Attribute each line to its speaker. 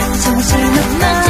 Speaker 1: 정신없나